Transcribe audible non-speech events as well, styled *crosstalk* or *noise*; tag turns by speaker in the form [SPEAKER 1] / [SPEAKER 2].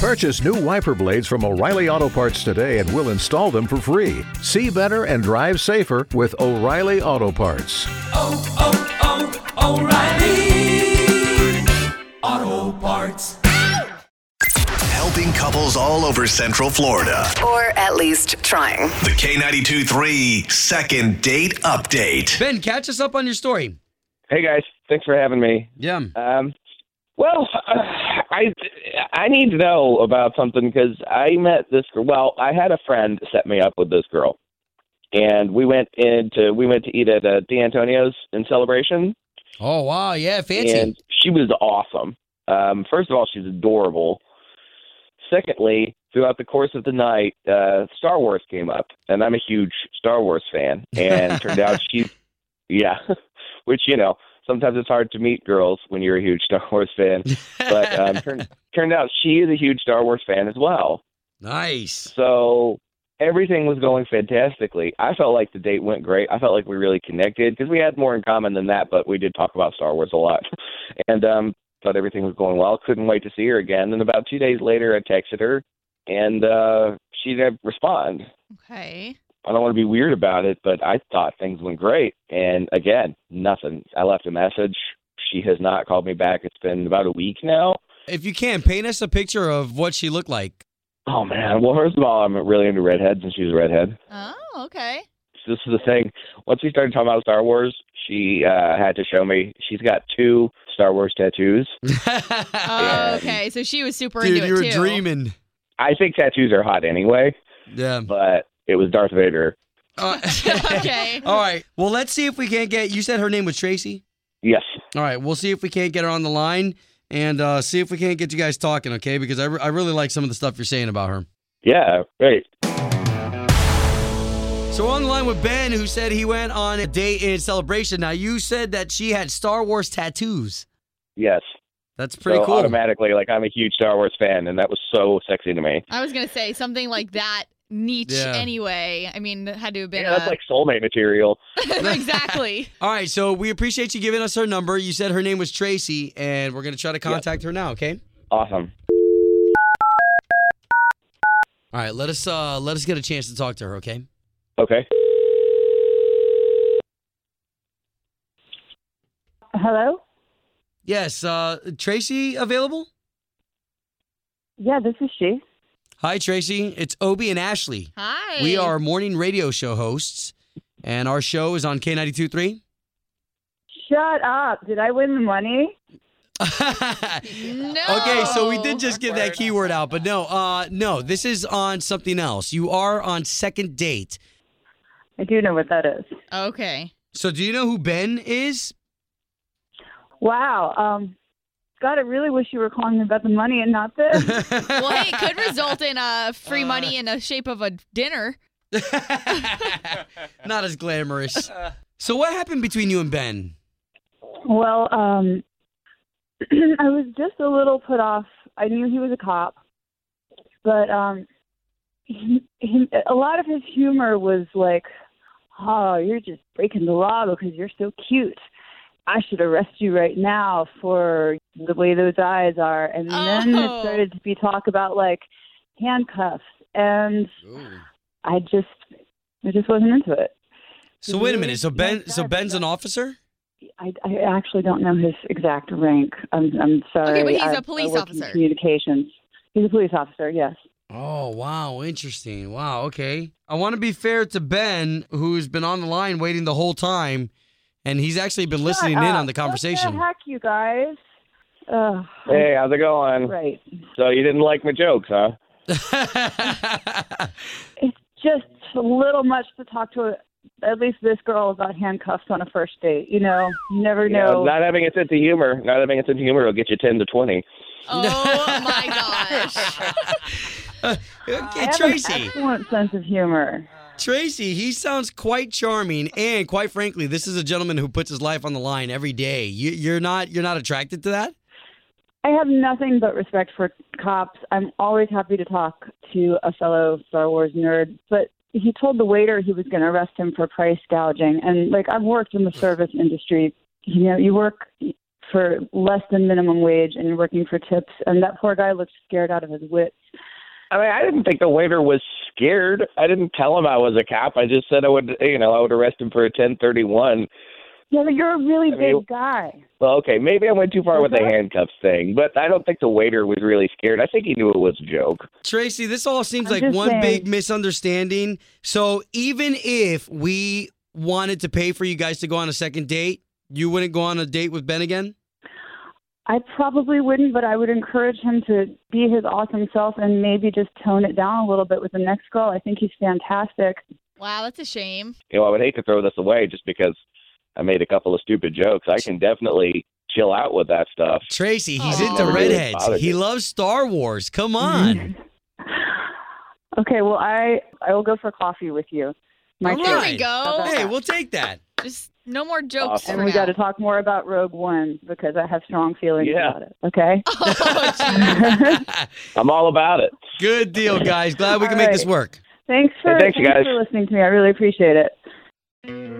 [SPEAKER 1] Purchase new wiper blades from O'Reilly Auto Parts today and we'll install them for free. See better and drive safer with O'Reilly Auto Parts.
[SPEAKER 2] oh, oh, O'Reilly Auto Parts.
[SPEAKER 3] Helping couples all over Central Florida.
[SPEAKER 4] Or at least trying.
[SPEAKER 3] The K92 3 Second Date Update.
[SPEAKER 5] Ben, catch us up on your story.
[SPEAKER 6] Hey guys, thanks for having me.
[SPEAKER 5] Yeah.
[SPEAKER 6] Um, well, uh, I I need to know about something because I met this girl. Well, I had a friend set me up with this girl, and we went into we went to eat at uh, D'Antonio's in celebration,
[SPEAKER 5] Oh wow, yeah, fancy.
[SPEAKER 6] and she was awesome. Um, first of all, she's adorable. Secondly, throughout the course of the night, uh, Star Wars came up, and I'm a huge Star Wars fan. And turned out she's, yeah, *laughs* which you know, sometimes it's hard to meet girls when you're a huge Star Wars fan. But
[SPEAKER 5] *laughs*
[SPEAKER 6] um, turned turned out she is a huge Star Wars fan as well.
[SPEAKER 5] nice.
[SPEAKER 6] So everything was going fantastically. I felt like the date went great. I felt like we really connected because we had more in common than that, but we did talk about Star Wars a lot. *laughs* and um thought everything was going well. Couldn't wait to see her again. And about two days later I texted her and uh she didn't respond.
[SPEAKER 5] *laughs*
[SPEAKER 7] Okay.
[SPEAKER 6] I don't want to be weird about it, but I thought things went great. And again, nothing. I left a message. She has not called me back. It's been about a week now.
[SPEAKER 5] If you can, paint us a picture of what she looked
[SPEAKER 6] *laughs*
[SPEAKER 5] like.
[SPEAKER 6] Oh man. Well, first of all, I'm really into redheads and she's a redhead.
[SPEAKER 7] Oh,
[SPEAKER 5] *laughs*
[SPEAKER 7] okay.
[SPEAKER 6] this is the thing. Once we started talking about Star Wars, she uh, had to show me. She's got two Star Wars tattoos.
[SPEAKER 7] Oh, okay. So she was super
[SPEAKER 5] Dude,
[SPEAKER 7] into
[SPEAKER 5] you were
[SPEAKER 7] it too.
[SPEAKER 5] dreaming. *laughs*
[SPEAKER 6] I think tattoos are hot anyway,
[SPEAKER 5] Yeah.
[SPEAKER 6] but it was Darth Vader.
[SPEAKER 5] Uh,
[SPEAKER 7] *laughs* Okay.
[SPEAKER 5] All right. *laughs* Well, let's see if we can't get. You said her name was Tracy.
[SPEAKER 6] Yes.
[SPEAKER 5] All right. We'll see if we can't get her on the line and uh, see if we can't get you guys talking. Okay, because I, re- I really like some of the stuff you're saying about her.
[SPEAKER 6] Yeah. Right.
[SPEAKER 5] So we're on the line with Ben, who said he went on a date in celebration. Now you said that she had Star Wars tattoos.
[SPEAKER 6] Yes.
[SPEAKER 5] That's pretty
[SPEAKER 6] so
[SPEAKER 5] cool.
[SPEAKER 6] Automatically, like I'm a huge Star Wars fan, and that was so sexy to me.
[SPEAKER 7] I was gonna say something like that niche
[SPEAKER 5] Yeah.
[SPEAKER 7] anyway. I mean, it had to have been uh,
[SPEAKER 6] Yeah, that's
[SPEAKER 7] a-
[SPEAKER 6] like soulmate material.
[SPEAKER 7] *laughs* exactly.
[SPEAKER 5] All right, so we appreciate you giving us her number. You said her name was Tracy, and we're gonna try to contact her now. Okay.
[SPEAKER 6] Awesome.
[SPEAKER 5] All right. Let us uh let us get a chance to talk to her. Okay.
[SPEAKER 6] Okay.
[SPEAKER 8] Hello?
[SPEAKER 5] Yes. Uh, Tracy available?
[SPEAKER 8] Yeah, this is she.
[SPEAKER 5] Hi, Tracy. It's Obie and Ashley.
[SPEAKER 7] Hi.
[SPEAKER 5] We are morning radio show hosts, and our show is on K ninety two three.
[SPEAKER 8] Shut up. Did I win the money?
[SPEAKER 7] No.
[SPEAKER 5] *laughs* Okay, so we did just give that keyword out, but no, uh, no, this is on something else. You are on second date.
[SPEAKER 8] I do know what that is.
[SPEAKER 7] Okay.
[SPEAKER 5] So, do you know who Ben is? *laughs*
[SPEAKER 8] Wow. Um, God, I really wish you were calling me about the money and not this.
[SPEAKER 7] Well, hey, it could result in uh,
[SPEAKER 5] *laughs*
[SPEAKER 7] free money in the shape of a dinner.
[SPEAKER 5] *laughs* Not as
[SPEAKER 8] *laughs*
[SPEAKER 5] glamorous.
[SPEAKER 8] Uh.
[SPEAKER 5] So, what happened between you and Ben?
[SPEAKER 8] well, um, *clears throat* I was just a little put off. I knew he was a cop, but um, he, he, a lot of his humor was like, oh, you're just breaking the law because you're so cute. I should arrest you right now for the way those eyes are. And then it
[SPEAKER 7] Oh.
[SPEAKER 8] started to be talk about like handcuffs, and I just, I just wasn't into it.
[SPEAKER 5] So, wait a minute. So Ben, so Ben's an officer.
[SPEAKER 8] I, I actually don't know his exact rank. I'm, I'm sorry.
[SPEAKER 7] Okay, but he's
[SPEAKER 8] I-
[SPEAKER 7] a police
[SPEAKER 8] I work in
[SPEAKER 7] officer.
[SPEAKER 8] communications. He's a police officer. Yes.
[SPEAKER 5] Oh, wow, interesting. Wow, okay. I want to be fair to Ben, who's been on the line waiting the whole time, and he's actually been listening in
[SPEAKER 8] Shut
[SPEAKER 5] on the
[SPEAKER 8] up. Ah, What
[SPEAKER 5] conversation.
[SPEAKER 8] the heck, you guys? Ugh,
[SPEAKER 6] Hey, how's it going?
[SPEAKER 8] right.
[SPEAKER 6] So you didn't like my jokes, huh?
[SPEAKER 8] It's just a little much to talk to. At least this girl about handcuffs on a first date. You know, you never
[SPEAKER 6] You know,
[SPEAKER 8] know.
[SPEAKER 6] not having a sense of humor. Not having a sense of humor will get you ten to twenty.
[SPEAKER 7] Oh my gosh.
[SPEAKER 8] I
[SPEAKER 5] *laughs* okay,
[SPEAKER 8] have an
[SPEAKER 5] Tracy.
[SPEAKER 8] excellent sense of humor.
[SPEAKER 5] *laughs* Tracy, he sounds quite charming, and quite frankly, this is a gentleman who puts his life on the line every day. You, you're not you're not attracted to that.
[SPEAKER 8] I have nothing but respect for cops. I'm always happy to talk to a fellow Star Wars nerd, but he told the waiter he was going to arrest him for price gouging. And like I've worked in the service industry, you know, you work for less than minimum wage and working for tips, and that poor guy looked scared out of his wits.
[SPEAKER 6] I mean, I didn't think the waiter was scared. I didn't tell him I was a cop. I just said I would, you know, I would arrest him for a 1031.
[SPEAKER 8] Yeah, but you're a really
[SPEAKER 6] I mean-
[SPEAKER 8] big guy.
[SPEAKER 6] Well, okay, maybe I went too far with the handcuffs thing, but I don't think the waiter was really scared. I think he knew it was a joke.
[SPEAKER 5] Tracy, this all seems
[SPEAKER 8] I'm
[SPEAKER 5] like
[SPEAKER 8] just
[SPEAKER 5] one
[SPEAKER 8] saying.
[SPEAKER 5] big misunderstanding. So even if we wanted to pay for you guys to go on a second date, you wouldn't go on a date with Ben again?
[SPEAKER 8] I probably wouldn't, but I would encourage him to be his awesome self and maybe just tone it down a little bit with the next girl. I think he's fantastic.
[SPEAKER 7] Wow, that's a shame.
[SPEAKER 6] You know, I would hate to throw this away just because I made a couple of stupid jokes. I can definitely chill out with that stuff.
[SPEAKER 5] Tracy, he's
[SPEAKER 7] Oh.
[SPEAKER 5] into
[SPEAKER 7] Never
[SPEAKER 6] really
[SPEAKER 5] redheads.
[SPEAKER 6] bothered
[SPEAKER 5] He
[SPEAKER 6] me.
[SPEAKER 5] loves Star Wars.
[SPEAKER 8] *laughs*
[SPEAKER 5] Come on.
[SPEAKER 8] Okay, well I I will go for coffee with you. My
[SPEAKER 5] All
[SPEAKER 8] choice.
[SPEAKER 5] right.
[SPEAKER 7] There we go.
[SPEAKER 5] Hey, we'll take that.
[SPEAKER 7] Just no more jokes
[SPEAKER 6] Awesome.
[SPEAKER 8] And
[SPEAKER 7] for
[SPEAKER 8] we
[SPEAKER 7] now.
[SPEAKER 8] got to talk more about Rogue One because I have strong feelings
[SPEAKER 6] Yeah.
[SPEAKER 8] about it. Okay.
[SPEAKER 7] *laughs* Oh,
[SPEAKER 6] *laughs*
[SPEAKER 7] gee.
[SPEAKER 6] I'm all about it.
[SPEAKER 5] Good deal, guys. Glad we can
[SPEAKER 8] All
[SPEAKER 5] make
[SPEAKER 8] right.
[SPEAKER 5] this work.
[SPEAKER 8] Thanks for
[SPEAKER 6] thanks, you guys.
[SPEAKER 8] for listening to me. I really appreciate it.